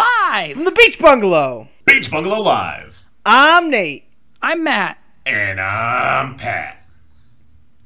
live. From the Beach Bungalow, Beach Bungalow Live. I'm Nate. I'm Matt, And I'm Pat.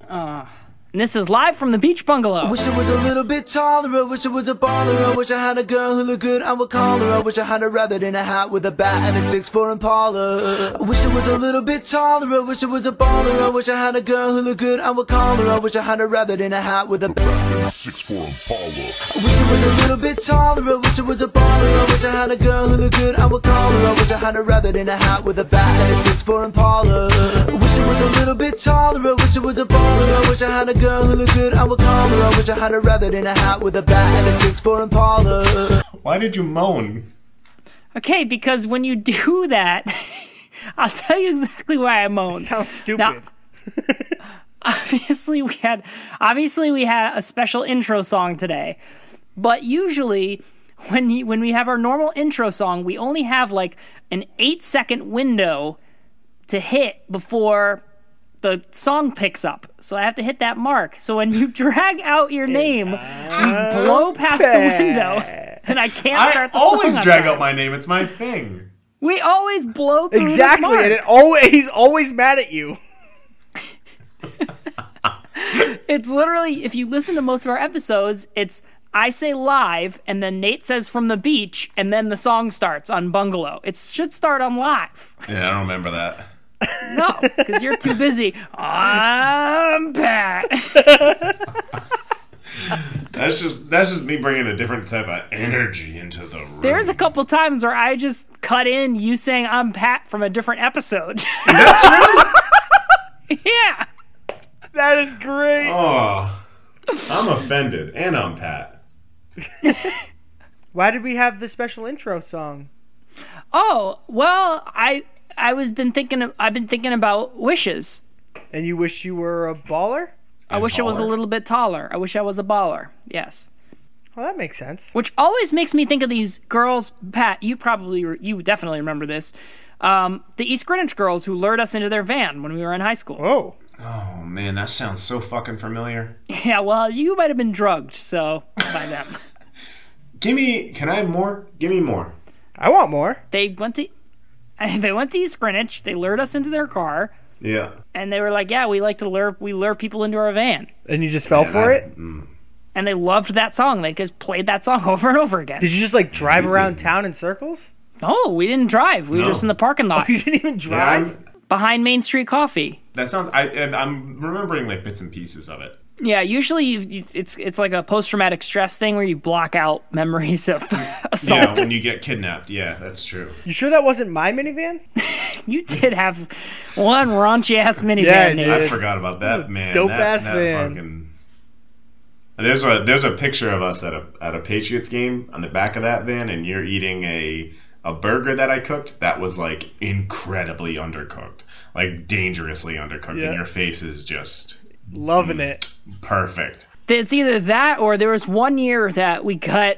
and this is live from the beach bungalow. Wish I was a little bit taller. I wish I was a baller. I wish I had a girl who looked good. I would call her. I wish I had a rabbit in a hat with a bat and a six four Impala. I wish I was a little bit taller. I wish I was a baller. I wish I had a girl who looked good. I would call her. I wish I had a rabbit in a hat with a bat. six four Impala. I wish I was a little bit taller. I wish I was a baller. I wish I had a girl who looked good. I would call her. I wish I had a rabbit in a hat with a bat and a six four Impala. I wish I was a little bit taller. I wish I was a baller. I wish I had a girl who looked good. I would call her. I wish I had a rabbit in a hat with a bat and a six four Impala. Why did you moan? Okay, because when you do that, I'll tell you exactly why I moaned. Sounds stupid. Now- obviously we had obviously we had a special intro song today but usually when you, when we have our normal intro song we only have like an 8 second window to hit before the song picks up so i have to hit that mark so when you drag out your name you blow past the window and i can't uh, I start the always song on drag time. out my name. It's my thing. we always blow through exactly, this mark. and it always he's always mad at you. It's literally if you listen to most of our episodes, it's I say live and then Nate says from the beach and then the song starts on bungalow. It should start on live. Yeah, I don't remember that. No, because you're too busy. I'm Pat. That's just that's just me bringing a different type of energy into the room. There's a couple times where I just cut in you saying I'm Pat from a different episode. yeah. That is great. Oh, I'm offended, and I'm Pat. Why did we have the special intro song? Oh well, I I was been thinking of, I've been thinking about wishes. And you wish you were a baller? I wish I was a taller. little bit taller. I wish I was a baller. Yes. Well, that makes sense. which always makes me think of these girls. Pat, you probably you definitely remember this. Um, the East Greenwich girls who lured us into their van when we were in high school. Oh, Oh man, that sounds so fucking familiar. Yeah, well, you might have been drugged, so by them. Give me, can I have more? Give me more. I want more. They went to they went to East Greenwich. They lured us into their car, Yeah. and they were like, "Yeah, we like to lure we lure people into our van." And you just fell And for I- it? mm. And they loved that song. They just played that song over and over again. Did you just like drive around town in circles? No, we didn't drive. We were No. just in the parking lot You didn't even Yeah, drive? I'm, behind Main Street Coffee. that sounds. I and I'm remembering like bits and pieces of it. Yeah, usually you, you, it's it's like a post traumatic stress thing where you block out memories of Yeah, assault. when you get kidnapped. Yeah, that's true. You sure that wasn't my minivan? Mm. You did have one raunchy ass minivan. Yeah, I Nate. did. I forgot about that man. dope that, ass that van. Fucking... There's a there's a picture of us at a at a Patriots game on the back of that van, and you're eating a a burger that I cooked that was like incredibly undercooked, like dangerously undercooked, Yeah. and your face is just Loving it. perfect. It's either that or there was one year that we got.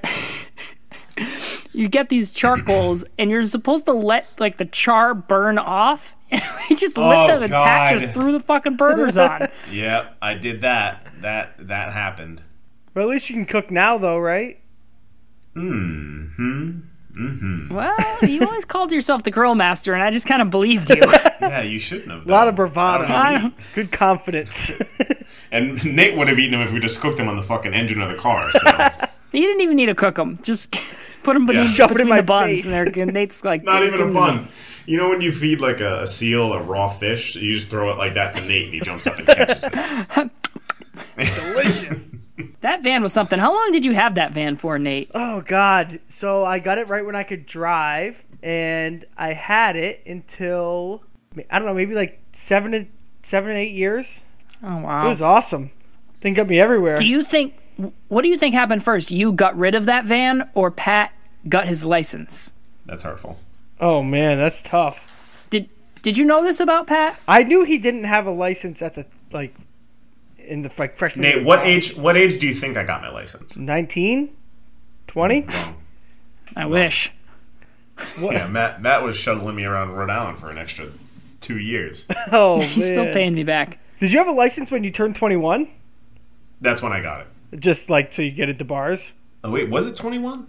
you get these charcoals and you're supposed to let like the char burn off. And we just Oh, lit them and Pat God. just threw the fucking burners on. Yeah, I did that. That that happened. But at least you can cook now, though, right? Hmm. Hmm. well, you always called yourself the grill master, and I just kind of believed you. Yeah, you shouldn't have. A lot of bravado. I don't- Good confidence. And Nate would have eaten him if we just cooked him on the fucking engine of the car. So. You didn't even need to cook them. Just put them between, Yeah. Shove it in between my the buns, face. and they're and Nate's like Not even give a me bun. You know when you feed like a, a seal a raw fish, you just throw it like that to Nate and he jumps up and catches it. Delicious. the- That van was something. How long did you have that van for, Nate? Oh God! So I got it right when I could drive, and I had it until I don't know, maybe like seven and seven and eight years. Oh It wow. was awesome. Thing got me everywhere. do you think? What do you think happened first? You got rid of that van, or Pat got his license? That's hurtful. oh man, that's tough. Did Did you know this about Pat? I knew he didn't have a license at the like in the like freshman. year Nate, of what college. age what age do you think I got my license? 19? 20? I wish. Yeah, Matt Matt was shuttling me around Rhode Island for an extra two years. Oh, He's still man. paying me back. Did you have a license when you turned 21? That's when I got it. Just like so you get at the bars. Oh wait, was it twenty one?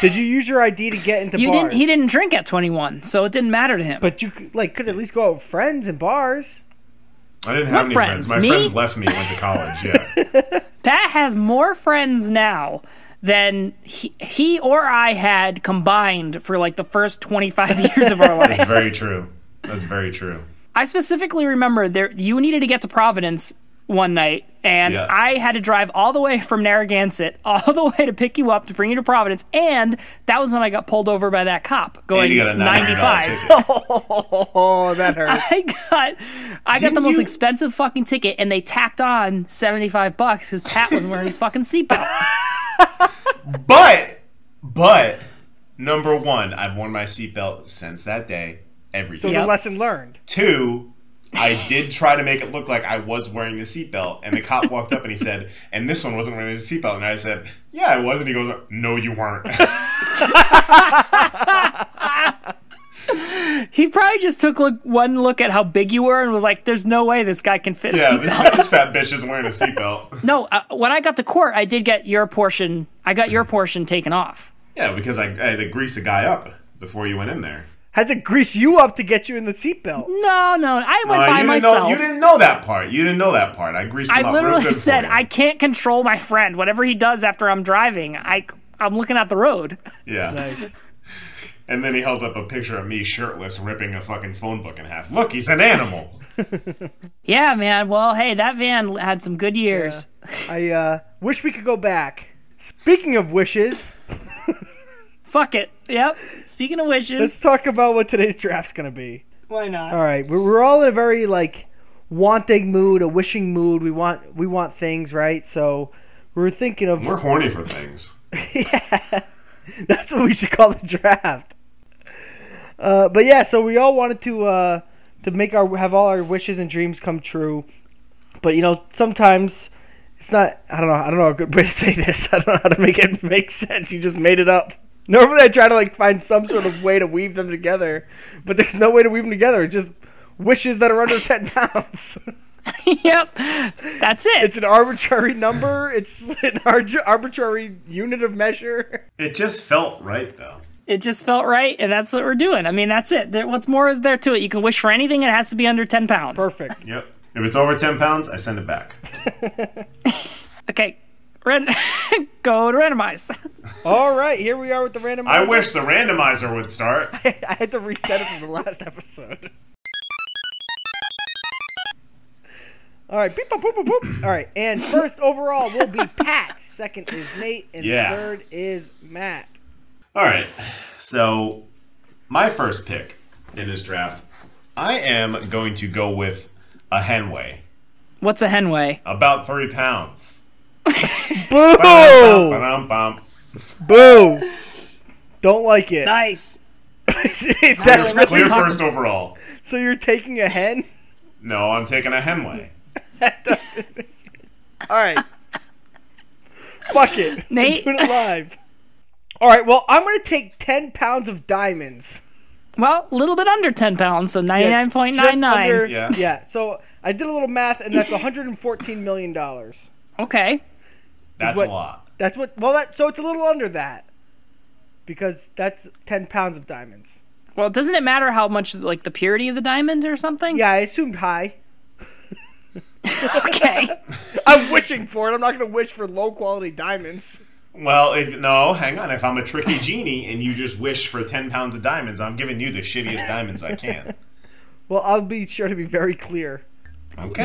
Did you use your ID to get into You bars? didn't. He didn't drink at 21, so it didn't matter to him. But you c- like could at least go out with friends and bars. I didn't We're have any friends. friends. Me? My friends left me and went to college. Yeah, Pat has more friends now than he, he or I had combined for like the first 25 years of our life. that's very true. That's very true. I specifically remember there you needed to get to Providence one night and Yeah. I had to drive all the way from Narragansett all the way to pick you up to bring you to Providence and that was when I got pulled over by that cop going And you got a ninety dollars 95. ticket. Oh, that hurts. I got I got the Didn't most you- expensive fucking ticket and they tacked on 75 bucks cuz Pat wasn't wearing his fucking seatbelt. But, but number one, I've worn my seatbelt since that day. Every So day. Yep. the lesson learned. Two, I did try to make it look like I was wearing a seatbelt, and the cop walked up and he said, "And this one wasn't wearing a seatbelt." And I said, "Yeah, I was." And he goes, "No, you weren't." He probably just took look, one look at how big you were and was like there's no way this guy can fit a yeah, seatbelt. this, fat- this fat bitch isn't wearing a seatbelt. No, uh, when I got to court, I did get your portion. I got your portion taken off. Yeah, because I, I had to grease a guy up before you went in there. Had to grease you up to get you in the seatbelt. No, no, I went Uh, by you didn't know- myself. you didn't know that part. You didn't know that part. I greased him I up real literally good for said you. I can't control my friend. Whatever he does after I'm driving, I I'm looking at the road. Yeah. Nice. And then he held up a picture of me shirtless, ripping a fucking phone book in half. Look, he's an animal. Yeah, man. Well, hey, that van had some good years. I uh, wish we could go back. Speaking of wishes, Fuck it. Yep. Speaking of let's wishes, talk about what today's draft's gonna be. why not? All right, we're, we're all in a very like wanting mood, a wishing mood. We want we want things, right? So we're thinking of We're horny for things. yeah, that's what we should call the draft. Uh, but yeah, so we all wanted to uh, to make our have all our wishes and dreams come true. But you know, sometimes it's not. I don't know. I don't know a good way to say this. I don't know how to make it make sense. You just made it up. Normally, I try to like find some sort of way to weave them together, but there's no way to weave them together. It's just wishes that are under ten pounds. yep. That's it. it's an arbitrary number. It's an ar- arbitrary unit of measure. It just felt right, though. it just felt right, and that's what we're doing. I mean, that's it. There, what's more is there to it? You can wish for anything. It has to be under ten pounds. Perfect. Yep. If it's over 10 pounds, I send it back. Okay. Ran- go to randomize. All right, here we are with the random. I wish the randomizer would start. I had to reset it from the last episode. All right, beep, boop, boop, boop, boop. All right, and first overall will be Pat. Second is Nate, and Yeah. third is Matt. All right. So, my first pick in this draft, I am going to go with a Henway, What's a henway? about three pounds. Oh. Boo! Ba-dum-bum. Boo! Don't like it. Nice. That's much- really- Clear talking- first overall. so you're taking a hen? No, I'm taking a Henway. All right. Fuck it. We're Nate? Doing it live. All right. Well, I'm gonna take ten pounds of diamonds. Well, a little bit under 10 pounds, so Yeah, just 99.99. under- Yeah. Yeah. So I did a little math, and that's 114 million dollars. Okay. That's What- a lot. That's what. Well, that so it's a little under that because that's 10 pounds of diamonds. Well, doesn't it matter how much, like, the purity of the diamond or something? Yeah, I assumed high. Okay. I'm wishing for it. I'm not gonna wish for low quality diamonds. Well, if, no, hang on. If I'm a tricky genie and you just wish for 10 pounds of diamonds, I'm giving you the shittiest diamonds I can. Well, I'll be sure to be very clear. Okay.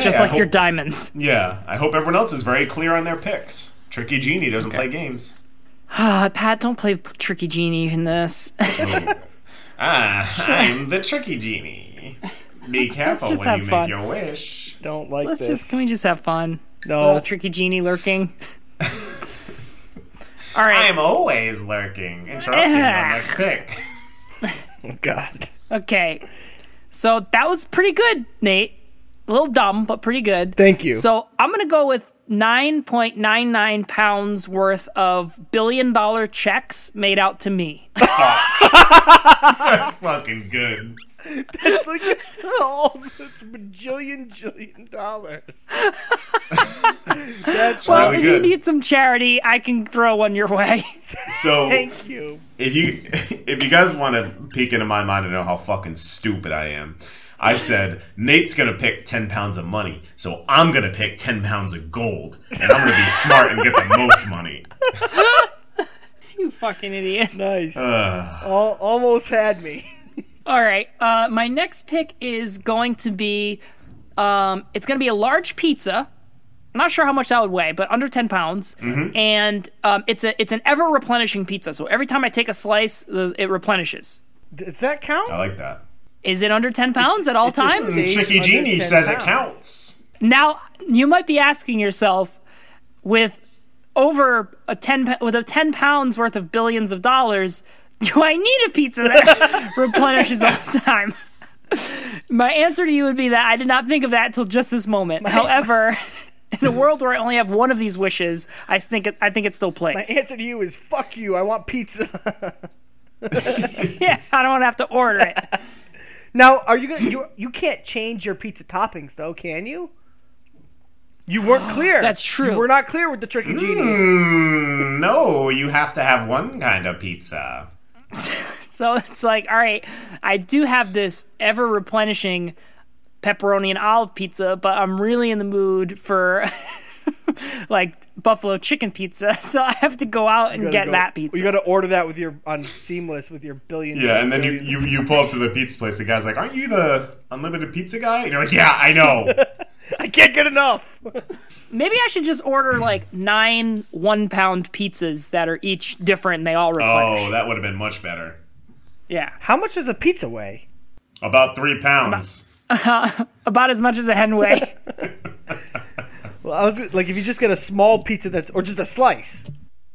Just I like your hope- diamonds. Yeah, I hope everyone else is very clear on their picks. Tricky Genie doesn't play games. Ah, Pat, don't play p- Tricky Genie in this. Ah, I'm the Tricky Genie. Be careful just when have you fun. make your wish. Don't like Let's this. Oh. just, can we just have fun? no. Little Tricky Genie lurking. All I right. am always lurking, interrupting your Ugh. next pick. Oh, God. Okay. So that was pretty good, Nate. A little dumb, but pretty good. Thank you. So I'm going to go with 9.99 pounds worth of billion dollar checks made out to me. Fucking good. That's like all it's bajillion jillion dollars. That's Well, Really if you good. need some charity, I can throw one your way. So Thank you. if you if you guys want to peek into my mind and know how fucking stupid I am, I said Nate's gonna pick ten pounds of money, so I'm gonna pick ten pounds of gold, and I'm gonna be smart and get the most money. you fucking idiot. Nice. Ugh. Al- almost had me. All right. Uh, my next pick is going to be, um, it's going to be a large pizza. I'm not sure how much that would weigh, but under 10 pounds. Mm-hmm. And um, it's a it's an ever replenishing pizza. So every time I take a slice, the- it replenishes. Does that count? I like that. Is it under 10 pounds at all it's a times? steak. Tricky under Genie 10 says it pounds. counts. Now you might be asking yourself, with over a ten pa- with a ten pounds worth of billions of dollars, do I need a pizza that replenishes all the time? My answer to you would be that I did not think of that till just this moment. However, in a world where I only have one of these wishes, I think it, I think it still plays. My answer to you is fuck you. I want pizza. yeah, I don't have to order it. now, are you gonna you you can't change your pizza toppings though, can you? You weren't clear. That's true. You were not clear with the tricky genie. Mm, no, you have to have one kind of pizza. So it's like, all right, I do have this ever replenishing pepperoni and olive pizza, but I'm really in the mood for like buffalo chicken pizza. So I have to go out and You gotta get go- that pizza. You got to order that with your on Seamless with your billions. Yeah, and then you, billions you, you pull up to the pizza place. The guy's like, "Aren't you the unlimited pizza guy?" And you're like, "Yeah, I know." I can't get enough. Maybe I should just order like nine one pound pizzas that are each different and they all replenish. oh, that would have been much better. yeah. How much does a pizza weigh? About three pounds. About as much as a henway. Well, I was like, if you just get a small pizza that's or just a slice,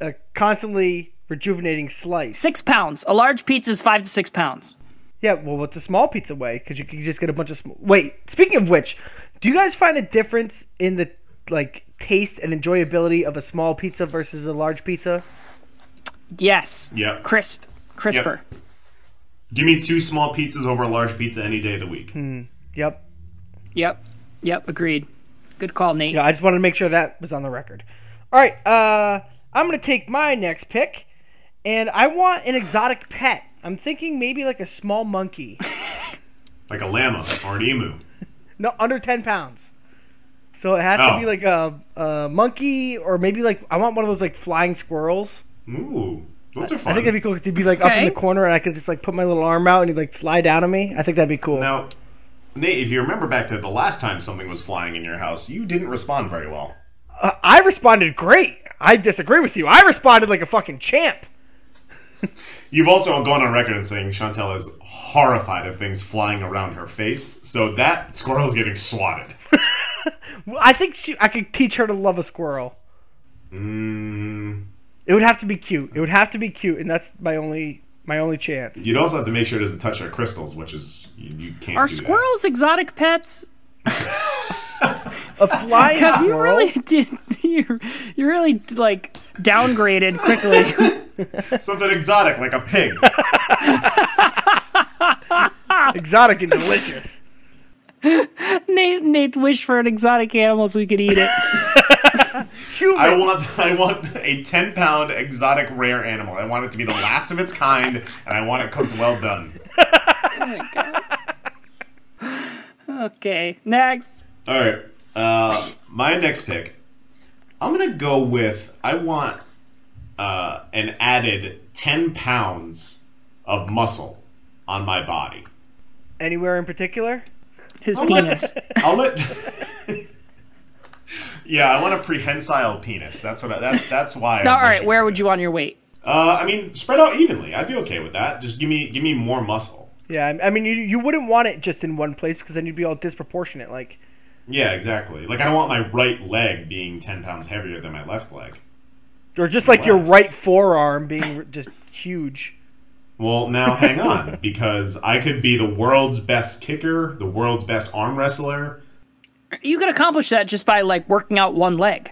a constantly rejuvenating slice. six pounds. A large pizza is five to six pounds. Yeah, well, what's a small pizza weigh? Because you can just get a bunch of small. Wait, speaking of which, do you guys find a difference in the like taste and enjoyability of a small pizza versus a large pizza? Yes. Yep. Crisp. Crisper. Give me two small pizzas over a large pizza any day of the week. Yep. Yep. Yep. Agreed. Good call, Nate. Yeah, I just wanted to make sure that was on the record. All right, uh, I'm gonna take my next pick, and I want an exotic pet. I'm thinking maybe like a small monkey, Like a llama or an emu. no, under ten pounds. So it has to Oh. be like a, a monkey, or maybe like I want one of those like flying squirrels. Ooh, those are fun. I think that'd be cool because he'd be like up in Okay. the corner and I could just like put my little arm out and he'd like fly down on me. I think that'd be cool. now, Nate, if you remember back to the last time something was flying in your house, you didn't respond very well. Uh, I responded great. I disagree with you. I responded like a fucking champ. You've also gone on record and saying Chantel is horrified of things flying around her face, so that squirrel is getting swatted. Well, I think she, I could teach her to love a squirrel. Mm, It would have to be cute. It would have to be cute, and that's my only my only chance. you'd also have to make sure it doesn't touch her crystals, which is you, you can't. Are do that. squirrels exotic pets? A flying Because you squirrel. really did. You, you really like downgraded quickly. something exotic like a pig? exotic and delicious. Nate, Nate wished for an exotic animal so we could eat it. Human. I want I want a ten pound exotic rare animal. I want it to be the last of its kind, and I want it cooked well done. Oh Okay, next. All right. Uh, my next pick. I'm gonna go with. I want uh, an added 10 pounds of muscle on my body. Anywhere in particular? His I'll penis. let. I'll let yeah, I want a prehensile penis. That's what. I, that's that's why. All right, where would you want your weight? Uh, I mean, spread out evenly. I'd be okay with that. Just give me give me more muscle. Yeah, I- I mean, you you wouldn't want it just in one place because then you'd be all disproportionate. Like, Yeah, exactly. Like I don't want my right leg being 10 pounds heavier than my left leg. or just like your Less. right forearm being r- just huge. Well, now hang on, because I could be the world's best kicker, the world's best arm wrestler. You could accomplish that just by like working out one leg.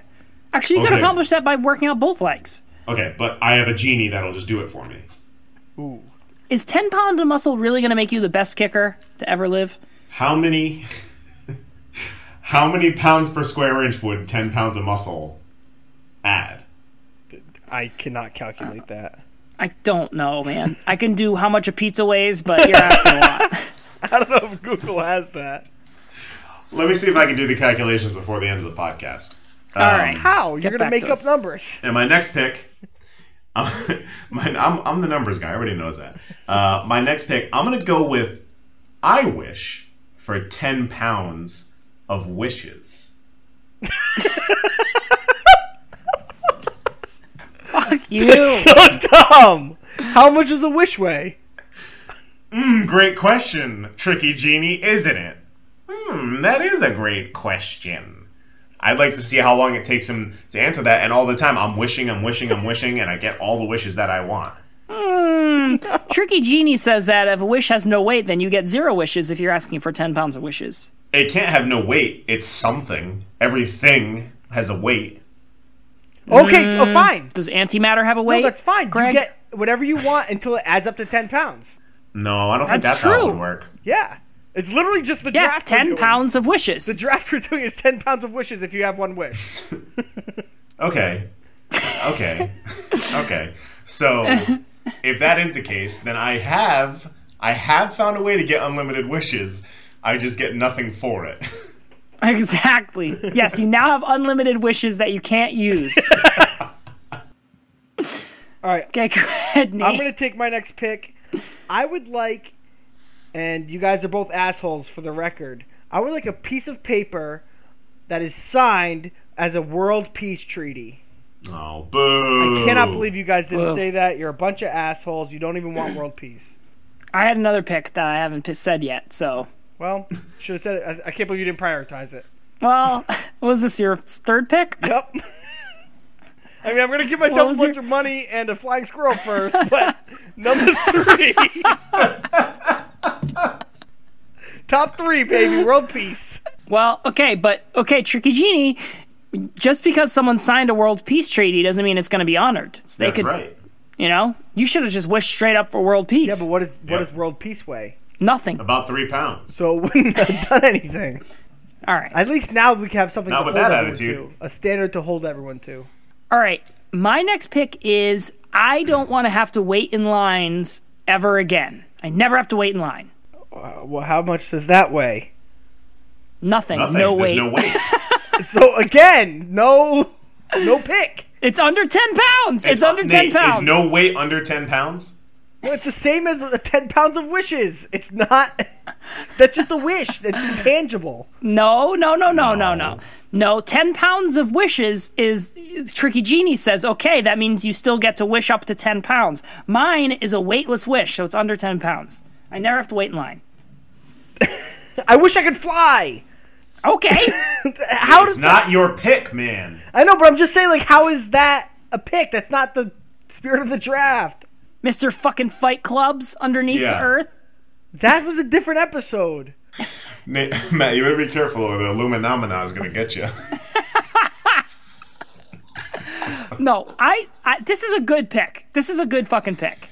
Actually, you could Okay. accomplish that by working out both legs. Okay, but I have a genie that'll just do it for me. Ooh. Is 10 pounds of muscle really going to make you the best kicker to ever live? How many? how many pounds per square inch would ten pounds of muscle add? I cannot calculate that. I don't know, man. I can do how much a pizza weighs, but you're asking a lot. I don't know if Google has that. Let me see if I can do the calculations before the end of the podcast. Um, All right. How? Get You're going to back make to up us. numbers. And my next pick, my, I'm, I'm the numbers guy. Everybody knows that. Uh, my next pick, I'm going to go with I wish for 10 pounds of wishes. You. So dumb. How much is a wish weigh? Mm, great question, Tricky Genie, isn't it? Hmm, that is a great question. I'd like to see how long it takes him to answer that, and all the time I'm wishing, I'm wishing, I'm wishing, and I get all the wishes that I want. Mm. Tricky Genie says that if a wish has no weight, then you get zero wishes if you're asking for 10 pounds of wishes. It can't have no weight. It's something. Everything has a weight. Okay, oh, fine. Does antimatter have a weight? No, that's fine. Mm. Greg? You get whatever you want until it adds up to 10 pounds. No, I don't think That's that's how true. it would work. Yeah. It's literally just the yeah, draft. we're 10 doing. pounds of wishes. The draft we're doing is 10 pounds of wishes if you have one wish. Okay. Okay. okay. So if that is the case, then I have I have found a way to get unlimited wishes. I just get nothing for it. Exactly. Yes, you now have unlimited wishes that you can't use. All right. Okay, go ahead, Nate. I'm going to take my next pick. I would like, and you guys are both assholes for the record, I would like a piece of paper that is signed as a world peace treaty. Oh, boo. I cannot believe you guys didn't Whoa. say that. You're a bunch of assholes. You don't even want world peace. I had another pick that I haven't p- said yet, so. Well, should have said it. I, I can't believe you didn't prioritize it. Well, was this your third pick? Yep. I mean, I'm going to give What myself was a bunch your- of money and a flying squirrel first, but number three. Top three, baby. World peace. Well, okay, but okay, Tricky Genie. Just because someone signed a world peace treaty doesn't mean it's going to be honored. So they That's could, right. you know, you should have just wished straight up for world peace. Yeah, but what is what Yep. is world peace weigh? Nothing. About three pounds. So it wouldn't have done anything. All right. At least now we have something Not to with hold that everyone attitude. to. A standard to hold everyone to. All right. My next pick is I don't want to have to wait in lines ever again. I never have to wait in line. Uh, well, how much does that weigh? Nothing. Nothing. No There's wait. no weight. So again, no, no pick. It's under 10 pounds. It's, under 10 Nate, pounds. Is no weight under 10 pounds? Well, it's the same as the ten pounds of wishes. It's not. That's just a wish. That's intangible. No, no, no, no, no, no. No, 10 pounds of wishes is Tricky Genie says, okay, that means you still get to wish up to 10 pounds. Mine is a weightless wish, so it's under 10 pounds. I never have to wait in line. I wish I could fly. Okay. How It's does not your pick, man. I know? But I'm just saying, like, how is that a pick? That's not the spirit of the draft. Mr. fucking Fight Clubs underneath Yeah. the earth. That was a different episode. Nate, Matt, you better be careful or the Illuminomina is going to get you. No, I, I this is a good pick. This is a good fucking pick.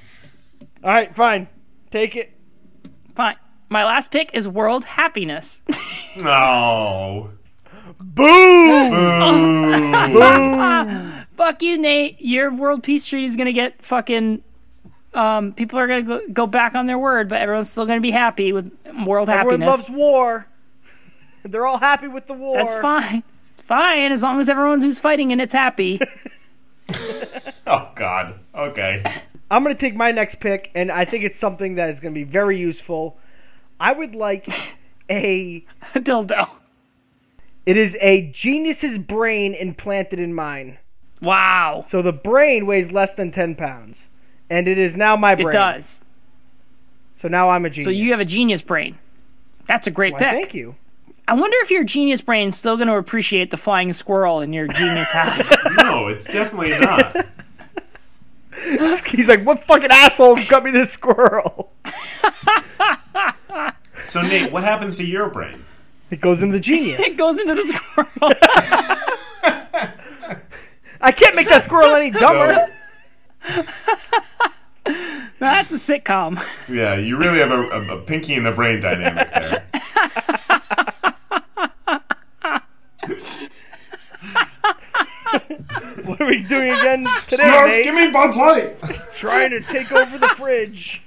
All right, fine. Take it. Fine. My last pick is world happiness. No. Boom. Boo. Fuck you, Nate. Your world peace treaty is gonna get fucking. Um, people are gonna go, go back on their word, but everyone's still gonna be happy with world Everyone happiness. loves war. They're all happy with the war. That's fine. It's fine as long as everyone's who's fighting and it's happy. oh, God. Okay. I'm going to take my next pick, and I think it's something that is going to be very useful. I would like a. Dildo. It is a genius's brain implanted in mine. Wow. So the brain weighs less than 10 pounds. And it is now my brain. It does. So now I'm a genius. So you have a genius brain. That's a great Why, pick. Thank you. I wonder if your genius brain's still gonna appreciate the flying squirrel in your genius house. No, it's definitely not. He's like, what fucking asshole got me this squirrel? So, Nate, what happens to your brain? It goes in the genius. it goes into the squirrel. I can't make that squirrel any dumber. So, That's a sitcom. Yeah, you really have a, a, a pinky in the brain dynamic there. What are we doing again today, Snarf, Nate? give me Bud Light. Trying to take over the fridge.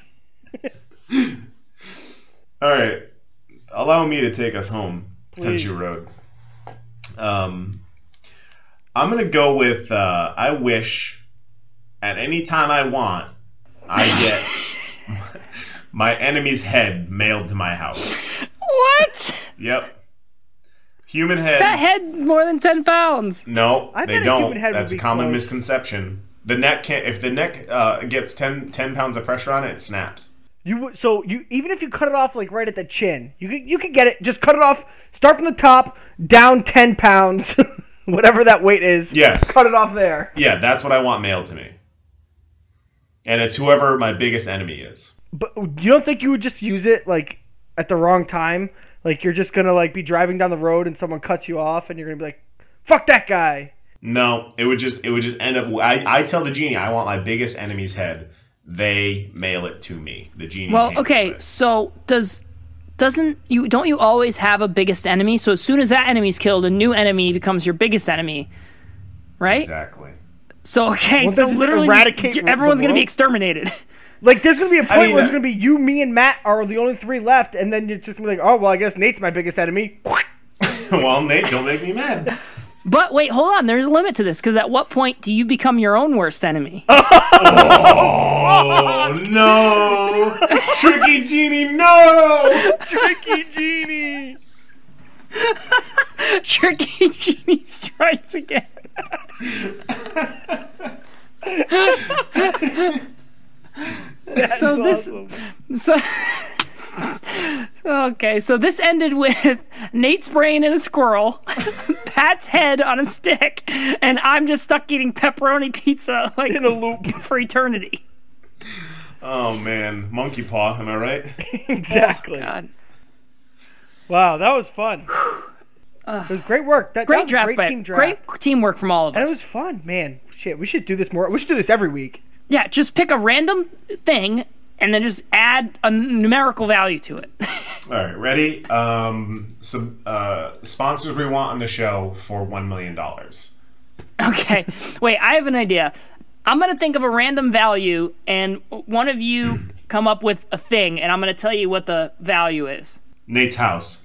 All right, allow me to take us home, Please. Country Road. Um, I'm gonna go with uh, I wish at any time I want I get my enemy's head mailed to my house. What? Yep, human head. That head more than ten pounds. No, I they bet a don't. human head would That's a be common close. misconception. The neck can't. If the neck uh, gets 10, 10 pounds of pressure on it, it snaps. You w- so you even if you cut it off like right at the chin, you could you could get it. Just cut it off. Start from the top, down ten pounds, whatever that weight is. Yes. Cut it off there. Yeah, that's what I want mailed to me. And it's whoever my biggest enemy is. But you don't think you would just use it like at the wrong time? Like you're just gonna like be driving down the road and someone cuts you off and you're gonna be like, "Fuck that guy." No, it would just it would just end up. I, I tell the genie I want my biggest enemy's head. They mail it to me. The genie. Well, handles okay. it. So does doesn't you don't you always have a biggest enemy? So as soon as that enemy's killed, a new enemy becomes your biggest enemy, right? Exactly. So okay, Won't so that just literally eradicate just, everyone's the gonna be world? exterminated. Like there's gonna be a point mean, where uh, it's gonna be you, me, and Matt are the only three left, and then you're just gonna be like, "Oh well, I guess Nate's my biggest enemy." well, Nate, don't make me mad. But wait, hold on. There's a limit to this because at what point do you become your own worst enemy? Oh no, tricky genie, no. Tricky genie. Tricky genie strikes again. so this so okay so this ended with nate's brain in a squirrel pat's head on a stick and i'm just stuck eating pepperoni pizza like In a loop. for eternity Oh man, monkey paw. Am I right? Exactly. God. Wow, that was fun. it was great work. That, that great was a draft great but team draft. great teamwork from all of And it us was fun, man. Shit, we should do this more. We should do this every week. yeah just pick a random thing and then just add a numerical value to it All right, ready? Um, some uh, sponsors we want on the show for one million dollars. Okay. Wait, I have an idea. I'm going to think of a random value, and one of you come up with a thing, and I'm going to tell you what the value is. Nate's house.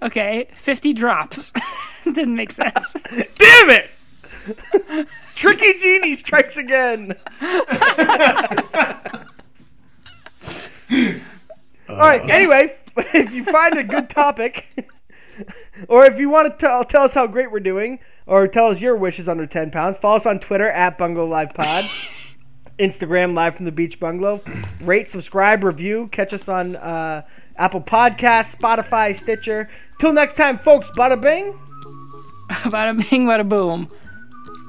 Okay. 50 drops. Didn't make sense. Damn it! Tricky genie strikes again. All right. Anyway, if you find a good topic, or if you want to tell, tell us how great we're doing, or tell us your wishes under ten pounds, follow us on Twitter at Bungalow Live Pod, Instagram Live from the Beach Bungalow. Rate, subscribe, review. Catch us on uh, Apple Podcasts, Spotify, Stitcher. Till next time, folks. Bada bing. bada bing, bada boom.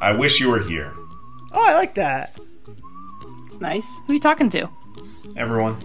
I wish you were here, Oh, I like that. It's nice. Who are you talking to? everyone.